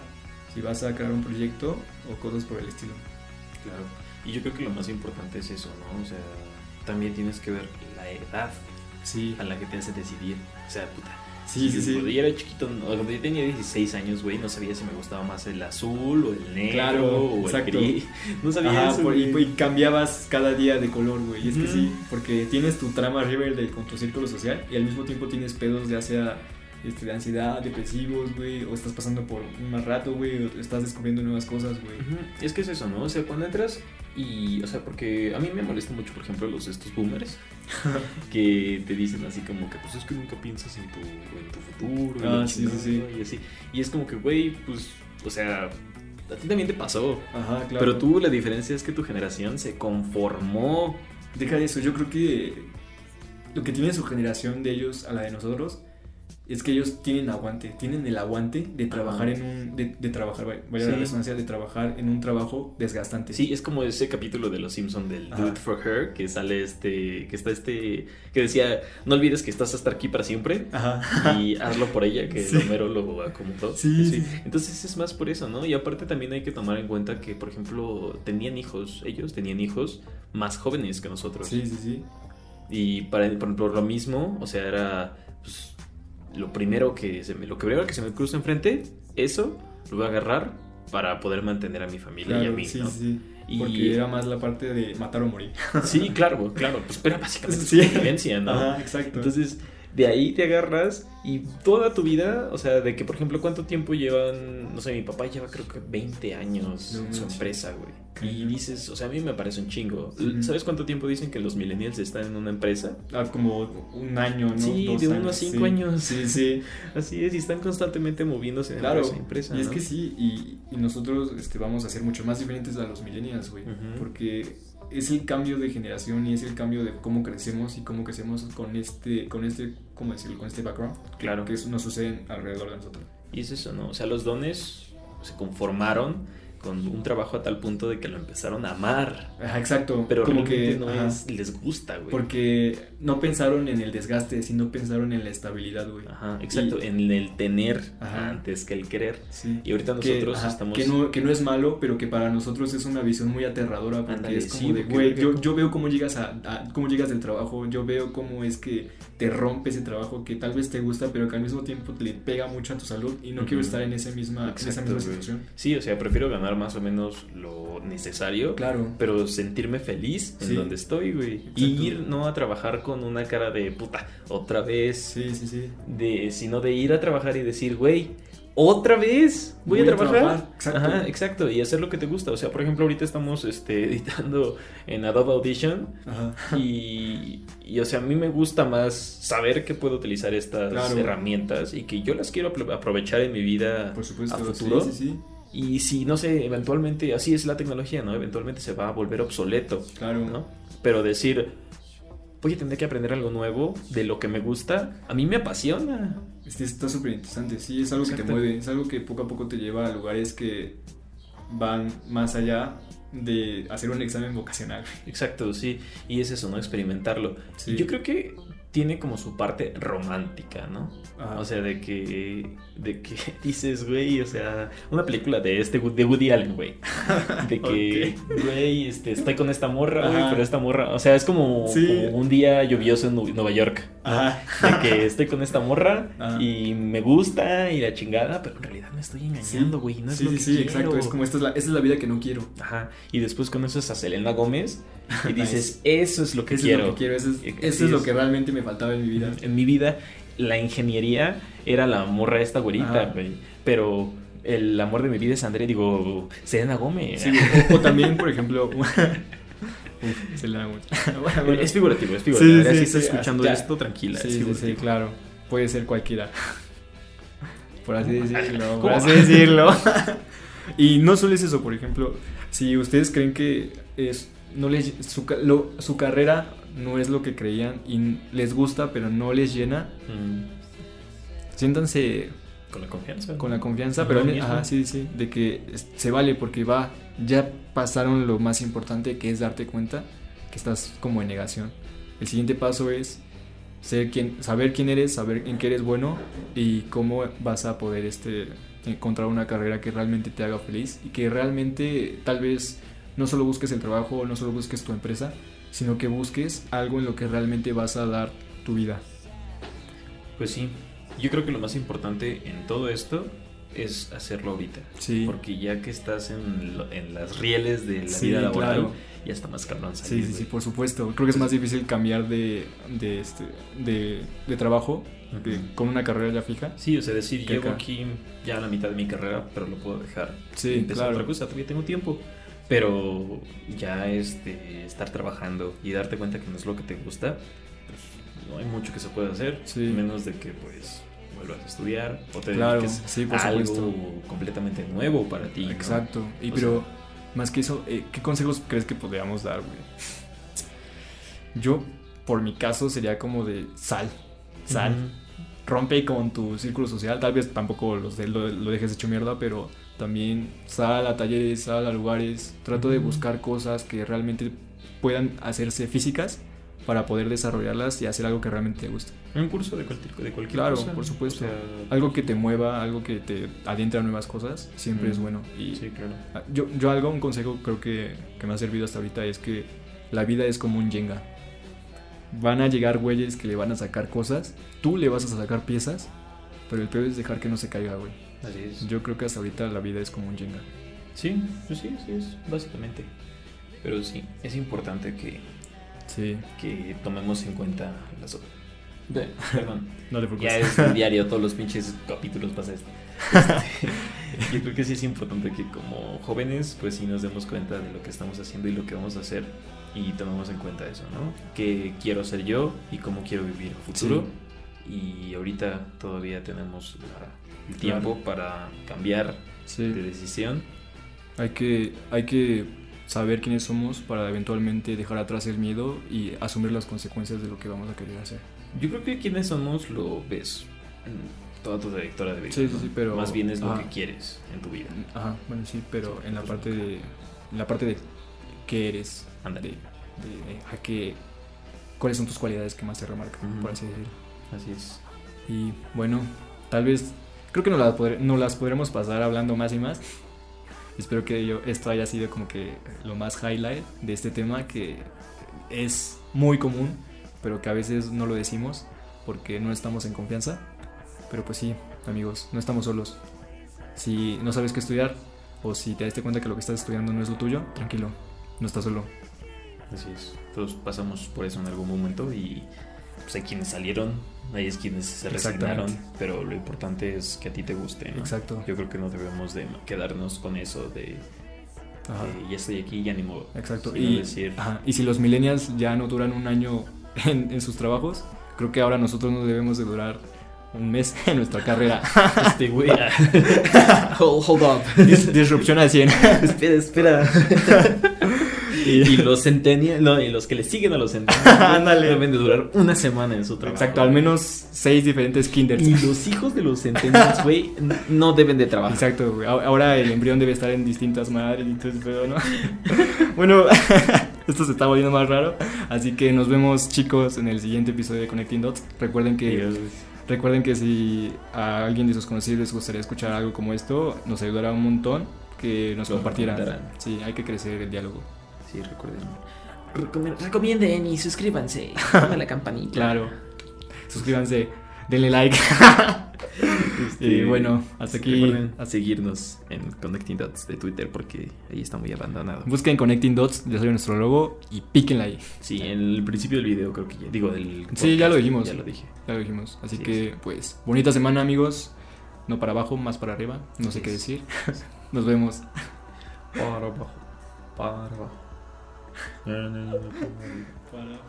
[SPEAKER 2] si vas a crear un proyecto o cosas por el estilo.
[SPEAKER 3] Claro. Y yo creo que lo más importante es eso, ¿no? O sea, también tienes que ver la edad
[SPEAKER 2] Sí,
[SPEAKER 3] a la que te hace decidir. O sea, puta.
[SPEAKER 2] sí, sí,
[SPEAKER 3] Cuando
[SPEAKER 2] sí.
[SPEAKER 3] yo era chiquito, no- cuando yo tenía 16 años, güey, no sabía si me gustaba más el azul o el negro
[SPEAKER 2] Claro,
[SPEAKER 3] o
[SPEAKER 2] exacto.
[SPEAKER 3] el gris. No sabía
[SPEAKER 2] Ajá,
[SPEAKER 3] eso,
[SPEAKER 2] por- y,
[SPEAKER 3] güey.
[SPEAKER 2] y cambiabas cada día de color, güey. Y es que
[SPEAKER 3] Ujú.
[SPEAKER 2] sí, porque tienes tu trama Riverdale con tu círculo social y al mismo tiempo tienes pedos ya sea este, de ansiedad, depresivos, güey, o estás pasando por un mal rato, güey, o estás descubriendo nuevas cosas, güey.
[SPEAKER 3] Ujú, Es que es eso, ¿no? O sea, cuando entras y, o sea, porque a mí me molesta mucho, por ejemplo, los estos boomers que te dicen así como que, pues es que nunca piensas en tu, en tu futuro. en
[SPEAKER 2] Ah,
[SPEAKER 3] la
[SPEAKER 2] sí, sí,
[SPEAKER 3] chingada, Y así. Y es como que, güey, pues, o sea, a ti también te pasó.
[SPEAKER 2] Ajá, claro.
[SPEAKER 3] Pero tú, la diferencia es que tu generación se conformó.
[SPEAKER 2] Deja eso, yo creo que lo que tiene su generación de ellos a la de nosotros es que ellos tienen aguante, tienen el aguante de trabajar
[SPEAKER 3] Ajá.
[SPEAKER 2] en un, de, de trabajar, vaya vaya la
[SPEAKER 3] Sí.
[SPEAKER 2] resonancia, de trabajar en un trabajo desgastante.
[SPEAKER 3] Sí, es como ese capítulo de Los Simpson del
[SPEAKER 2] Ajá.
[SPEAKER 3] Do It For Her, que sale este, que está este, que decía, no olvides que estás hasta aquí para siempre.
[SPEAKER 2] Ajá.
[SPEAKER 3] y hazlo por ella, que
[SPEAKER 2] Sí.
[SPEAKER 3] Romero lo acomodó.
[SPEAKER 2] Sí, sí.
[SPEAKER 3] Entonces es más por eso, ¿no? Y aparte también hay que tomar en cuenta que, por ejemplo, tenían hijos, ellos tenían hijos más jóvenes que nosotros.
[SPEAKER 2] Sí, sí, sí.
[SPEAKER 3] Y para, por ejemplo, lo mismo, o sea, era pues, lo primero que se me, lo primero que se me cruza enfrente, eso lo voy a agarrar para poder mantener a mi familia y a
[SPEAKER 2] Claro,
[SPEAKER 3] mí,
[SPEAKER 2] sí,
[SPEAKER 3] ¿no?
[SPEAKER 2] sí.
[SPEAKER 3] Y-
[SPEAKER 2] Porque era más la parte de matar o morir.
[SPEAKER 3] Sí, claro, claro. Pues, pero básicamente
[SPEAKER 2] Sí.
[SPEAKER 3] es supervivencia, ¿no?
[SPEAKER 2] Ajá, exacto.
[SPEAKER 3] Entonces, de ahí te agarras y toda tu vida, o sea, de que, por ejemplo, ¿cuánto tiempo llevan? No sé, mi papá lleva creo que 20 años
[SPEAKER 2] No
[SPEAKER 3] en su
[SPEAKER 2] manches.
[SPEAKER 3] empresa, güey. Y
[SPEAKER 2] Cañón.
[SPEAKER 3] dices, o sea, a mí me parece un chingo.
[SPEAKER 2] Ujú.
[SPEAKER 3] ¿Sabes cuánto tiempo dicen que los millennials están en una empresa?
[SPEAKER 2] Ah, como un año, ¿no?
[SPEAKER 3] Sí,
[SPEAKER 2] Dos
[SPEAKER 3] de uno a
[SPEAKER 2] años,
[SPEAKER 3] cinco
[SPEAKER 2] sí.
[SPEAKER 3] años.
[SPEAKER 2] Sí, sí.
[SPEAKER 3] Así es, y están constantemente moviéndose de
[SPEAKER 2] Claro,
[SPEAKER 3] empresa en empresa.
[SPEAKER 2] y es
[SPEAKER 3] ¿no?
[SPEAKER 2] que sí, y, y nosotros este, vamos a ser mucho más diferentes a los millennials, güey,
[SPEAKER 3] Ujú.
[SPEAKER 2] porque es el cambio de generación y es el cambio de cómo crecemos y cómo crecemos con este, con este, ¿cómo decirlo? Con este background,
[SPEAKER 3] Claro.
[SPEAKER 2] que eso nos sucede alrededor de nosotros.
[SPEAKER 3] Y es eso, ¿no? O sea, los dones se conformaron con un trabajo a tal punto de que lo empezaron a amar.
[SPEAKER 2] Ajá, exacto,
[SPEAKER 3] Pero
[SPEAKER 2] como
[SPEAKER 3] realmente
[SPEAKER 2] que
[SPEAKER 3] no
[SPEAKER 2] ajá,
[SPEAKER 3] es- les gusta, güey.
[SPEAKER 2] porque no pensaron en el desgaste, sino pensaron en la estabilidad, güey.
[SPEAKER 3] Ajá, exacto, en el tener
[SPEAKER 2] Ajá.
[SPEAKER 3] antes que el querer.
[SPEAKER 2] Sí.
[SPEAKER 3] Y ahorita
[SPEAKER 2] que,
[SPEAKER 3] nosotros
[SPEAKER 2] ajá,
[SPEAKER 3] estamos...
[SPEAKER 2] que no, que no es malo, pero que para nosotros es una visión muy aterradora porque
[SPEAKER 3] Ándale,
[SPEAKER 2] es como
[SPEAKER 3] sí,
[SPEAKER 2] de,
[SPEAKER 3] porque-
[SPEAKER 2] güey, yo, yo veo cómo llegas a, a- cómo llegas del trabajo, yo veo cómo es que te rompe ese trabajo que tal vez te gusta, pero que al mismo tiempo te le pega mucho a tu salud y no quiero
[SPEAKER 3] Ujú.
[SPEAKER 2] estar en esa misma, en esa misma
[SPEAKER 3] Exacto, güey.
[SPEAKER 2] situación.
[SPEAKER 3] Sí, o sea, prefiero ganar más o menos lo necesario,
[SPEAKER 2] Claro.
[SPEAKER 3] pero sentirme feliz en
[SPEAKER 2] Sí.
[SPEAKER 3] donde estoy, güey.
[SPEAKER 2] Exacto.
[SPEAKER 3] Y ir no a trabajar con una cara de puta, otra vez,
[SPEAKER 2] Sí, sí, sí.
[SPEAKER 3] de, sino de ir a trabajar y decir, güey, otra vez voy, a trabajar.
[SPEAKER 2] exacto.
[SPEAKER 3] Ajá, exacto, y hacer lo que te gusta. O sea, por ejemplo, ahorita estamos este, editando en Adobe Audition
[SPEAKER 2] Ajá.
[SPEAKER 3] Y, y, o sea, a mí me gusta más saber que puedo utilizar estas
[SPEAKER 2] Claro.
[SPEAKER 3] herramientas y que yo las quiero apro- aprovechar en mi vida.
[SPEAKER 2] Por supuesto.
[SPEAKER 3] ¿A futuro?
[SPEAKER 2] Sí, sí,
[SPEAKER 3] Y si, no sé, eventualmente, así es la tecnología, ¿no? Eventualmente se va a volver obsoleto,
[SPEAKER 2] sí. Claro.
[SPEAKER 3] ¿no? Pero decir, voy a tener que aprender algo nuevo de lo que me gusta, a mí me apasiona.
[SPEAKER 2] Este, está súper interesante, sí, es algo que te
[SPEAKER 3] Exacto.
[SPEAKER 2] mueve, es algo que poco a poco te lleva a lugares que van más allá de hacer un examen vocacional.
[SPEAKER 3] Exacto, sí. Y es eso, ¿no? Experimentarlo.
[SPEAKER 2] Sí.
[SPEAKER 3] Yo creo que tiene como su parte romántica, ¿no?
[SPEAKER 2] Ajá.
[SPEAKER 3] O sea, de que, de que dices, güey, o sea, una película de este de Woody Allen, güey. De que, güey, este, estoy con esta morra, güey,
[SPEAKER 2] Ajá.
[SPEAKER 3] pero esta morra, o sea, es como,
[SPEAKER 2] Sí.
[SPEAKER 3] como un día lluvioso en Nu- Nueva York.
[SPEAKER 2] Ajá.
[SPEAKER 3] De que estoy con esta morra
[SPEAKER 2] Ajá.
[SPEAKER 3] y me gusta y la chingada, pero en realidad me estoy engañando, güey, no es
[SPEAKER 2] sí,
[SPEAKER 3] lo
[SPEAKER 2] sí,
[SPEAKER 3] que
[SPEAKER 2] sí,
[SPEAKER 3] quiero.
[SPEAKER 2] exacto. Es como esta es, la, esta es la vida que no quiero.
[SPEAKER 3] Ajá. Y después conoces a Selena Gómez y
[SPEAKER 2] Nice.
[SPEAKER 3] dices, eso es lo que
[SPEAKER 2] Eso
[SPEAKER 3] quiero.
[SPEAKER 2] es lo que quiero, eso es,
[SPEAKER 3] Así
[SPEAKER 2] eso es lo
[SPEAKER 3] es.
[SPEAKER 2] que realmente me faltaba en mi vida.
[SPEAKER 3] En mi vida, la ingeniería era la morra esta güerita,
[SPEAKER 2] Ajá.
[SPEAKER 3] güey. Pero el amor de mi vida es Andrea, digo, Selena Gómez.
[SPEAKER 2] Sí, o, o también, por ejemplo, Uf, se la hago. Bueno, bueno.
[SPEAKER 3] Es figurativo, es
[SPEAKER 2] Sí,
[SPEAKER 3] figurativo. Andrea,
[SPEAKER 2] sí,
[SPEAKER 3] si estás
[SPEAKER 2] sí,
[SPEAKER 3] escuchando
[SPEAKER 2] ya.
[SPEAKER 3] esto, tranquila. es
[SPEAKER 2] Sí, sí, sí,
[SPEAKER 3] figurativo.
[SPEAKER 2] claro. Puede ser cualquiera. Por así decirlo. Por
[SPEAKER 3] ¿Cómo?
[SPEAKER 2] así decirlo. Y no solo es eso, por ejemplo, si ustedes creen que es, no les, su, ca- lo- su carrera no es lo que creían y n- les gusta, pero no les llena,
[SPEAKER 3] Mm,
[SPEAKER 2] siéntanse
[SPEAKER 3] Con la confianza.
[SPEAKER 2] con la confianza,
[SPEAKER 3] Ajá,
[SPEAKER 2] pero
[SPEAKER 3] lo mismo.
[SPEAKER 2] ajá, sí, sí, de que es- se vale porque va, ya pasaron lo más importante que es darte cuenta que estás como en negación. El siguiente paso es ser quien, saber quién eres, saber en qué eres bueno y cómo vas a poder este encontrar una carrera que realmente te haga feliz y que realmente tal vez no solo busques el trabajo, no solo busques tu empresa, sino que busques algo en lo que realmente vas a dar tu vida.
[SPEAKER 3] Pues sí, yo creo que lo más importante en todo esto es hacerlo ahorita.
[SPEAKER 2] Sí.
[SPEAKER 3] Porque ya que estás en, lo- en las rieles de la
[SPEAKER 2] Sí,
[SPEAKER 3] vida laboral,
[SPEAKER 2] claro.
[SPEAKER 3] ya está más cabrón
[SPEAKER 2] Sí,
[SPEAKER 3] salir,
[SPEAKER 2] sí, sí,
[SPEAKER 3] güey.
[SPEAKER 2] por supuesto. Creo que es más difícil cambiar de, de, este, de, de trabajo que
[SPEAKER 3] Ujú.
[SPEAKER 2] con una carrera ya fija.
[SPEAKER 3] Sí, o sea, decir,
[SPEAKER 2] Que
[SPEAKER 3] llevo
[SPEAKER 2] acá.
[SPEAKER 3] aquí ya a la mitad de mi carrera, pero lo puedo dejar.
[SPEAKER 2] Sí,
[SPEAKER 3] y empezar
[SPEAKER 2] claro.
[SPEAKER 3] otra cosa, todavía tengo tiempo. Pero ya este, estar trabajando y darte cuenta que no es lo que te gusta, pues no hay mucho que se pueda hacer,
[SPEAKER 2] Sí.
[SPEAKER 3] menos de que pues vuelvas a estudiar o te
[SPEAKER 2] Claro,
[SPEAKER 3] dediques
[SPEAKER 2] sí, por
[SPEAKER 3] a algo
[SPEAKER 2] supuesto.
[SPEAKER 3] completamente nuevo para ti. ¿no?
[SPEAKER 2] Exacto. Y
[SPEAKER 3] O
[SPEAKER 2] pero, más que eso, eh, ¿qué consejos crees que podríamos dar, güey? Yo, por mi caso, sería como de sal. Sal. Rompe con tu círculo social. Tal vez tampoco los de- lo, lo dejes hecho mierda, pero también sal a talleres, sal a lugares. Trato de buscar cosas que realmente puedan hacerse físicas para poder desarrollarlas y hacer algo que realmente te guste.
[SPEAKER 3] Un curso de cualquier, de cualquier
[SPEAKER 2] Claro,
[SPEAKER 3] cosa,
[SPEAKER 2] por
[SPEAKER 3] ¿no?
[SPEAKER 2] supuesto.
[SPEAKER 3] O sea,
[SPEAKER 2] Algo que te mueva, algo que te adentra a nuevas cosas, siempre
[SPEAKER 3] Mm.
[SPEAKER 2] es bueno. Y
[SPEAKER 3] Sí, claro.
[SPEAKER 2] Ah, Yo, yo algo, un consejo creo que, que me ha servido hasta ahorita es que la vida es como un Jenga. Van a llegar güeyes que le van a sacar cosas, tú le vas a sacar piezas, pero el peor es dejar que no se caiga, güey.
[SPEAKER 3] Así es.
[SPEAKER 2] Yo creo que hasta ahorita la vida es como un Jenga.
[SPEAKER 3] Sí, pues sí, sí, es básicamente. Pero sí, es importante que,
[SPEAKER 2] Sí,
[SPEAKER 3] que tomemos en cuenta las... o- Perdón,
[SPEAKER 2] no te
[SPEAKER 3] ya
[SPEAKER 2] preocupes.
[SPEAKER 3] es un diario, todos los pinches capítulos pasa esto. Este, yo creo que sí es importante que como jóvenes, pues sí nos demos cuenta de lo que estamos haciendo y lo que vamos a hacer y tomemos en cuenta eso, ¿no? ¿Qué quiero ser yo y cómo quiero vivir a futuro? Y ahorita todavía tenemos la- el tiempo para cambiar de
[SPEAKER 2] Sí,
[SPEAKER 3] decisión.
[SPEAKER 2] hay que, hay que saber quiénes somos para eventualmente dejar atrás el miedo y asumir las consecuencias de lo que vamos a querer hacer.
[SPEAKER 3] Yo creo que quienes somos lo ves en toda tu trayectoria de vida.
[SPEAKER 2] Sí, sí,
[SPEAKER 3] ¿no?
[SPEAKER 2] sí, pero-
[SPEAKER 3] Más bien es lo
[SPEAKER 2] ah.
[SPEAKER 3] que quieres en tu vida.
[SPEAKER 2] Ajá, bueno, sí, pero en la parte de, en la parte de qué eres,
[SPEAKER 3] Ándale.
[SPEAKER 2] de, de- de a qué, cuáles son tus cualidades que más te remarcan,
[SPEAKER 3] Ujú.
[SPEAKER 2] por así decirlo.
[SPEAKER 3] Así es.
[SPEAKER 2] Y bueno, tal vez, creo que nos las, podre- nos las podremos pasar hablando más y más. Espero que yo, esto haya sido como que lo más highlight de este tema que es muy común, pero que a veces no lo decimos porque no estamos en confianza. Pero pues sí, amigos, no estamos solos. Si no sabes qué estudiar o si te das cuenta que lo que estás estudiando no es lo tuyo, tranquilo, no estás solo.
[SPEAKER 3] Así es. Todos pasamos por eso en algún momento y pues, hay quienes salieron, hay es quienes se
[SPEAKER 2] Exactamente.
[SPEAKER 3] resignaron, pero lo importante es que a ti te guste. ¿no?
[SPEAKER 2] Exacto.
[SPEAKER 3] Yo creo que no debemos de quedarnos con eso de,
[SPEAKER 2] Ajá.
[SPEAKER 3] de, ya estoy aquí, ya ni modo.
[SPEAKER 2] Exacto.
[SPEAKER 3] Sino
[SPEAKER 2] Y,
[SPEAKER 3] decir-
[SPEAKER 2] ajá, y si los millennials ya no duran un año en, en sus trabajos, creo que ahora nosotros no debemos de durar un mes en nuestra carrera.
[SPEAKER 3] Este güey. ah,
[SPEAKER 4] Hold, hold up.
[SPEAKER 2] Dis- disrupción al 100.
[SPEAKER 3] espera, espera. y, y los centenias, no, y los que le siguen a los centenias
[SPEAKER 2] Ándale.
[SPEAKER 3] deben de durar una semana en su trabajo.
[SPEAKER 2] Exacto, al menos seis diferentes kinders.
[SPEAKER 3] Y los hijos de los centenias, güey, n- no deben de trabajar.
[SPEAKER 2] Exacto, güey. Ahora- ahora el embrión debe estar en distintas madres y todo ese pedo, ¿no? bueno, esto se está volviendo más raro. Así que nos vemos, chicos, en el siguiente episodio de Connecting Dots. Recuerden que. Recuerden que si a alguien de sus conocidos les gustaría escuchar algo como esto, nos ayudará un montón que nos
[SPEAKER 3] Lo
[SPEAKER 2] compartieran.
[SPEAKER 3] recomendarán.
[SPEAKER 2] Sí, hay que crecer el diálogo.
[SPEAKER 3] Sí, recuerden.
[SPEAKER 5] Recome- recomienden y suscríbanse. Dame la campanita.
[SPEAKER 2] Claro. Suscríbanse, denle like. y bueno, hasta aquí.
[SPEAKER 3] Recuerden a seguirnos en Connecting Dots de Twitter porque ahí está muy abandonado.
[SPEAKER 2] Busquen Connecting Dots, ya soy nuestro logo, y píquenla ahí.
[SPEAKER 3] Sí, en el principio del video creo que ya. Digo, del.
[SPEAKER 2] Sí, ya lo
[SPEAKER 3] podcast,
[SPEAKER 2] dijimos.
[SPEAKER 3] Ya lo dije.
[SPEAKER 2] Ya lo dijimos. Así
[SPEAKER 3] Sí,
[SPEAKER 2] que, pues, bonita semana, amigos. No para abajo, más para arriba. No sé
[SPEAKER 3] Sí,
[SPEAKER 2] qué
[SPEAKER 3] sí.
[SPEAKER 2] decir. Nos vemos.
[SPEAKER 3] Para abajo. Para abajo. No, no, no, no, para arriba. Para arriba.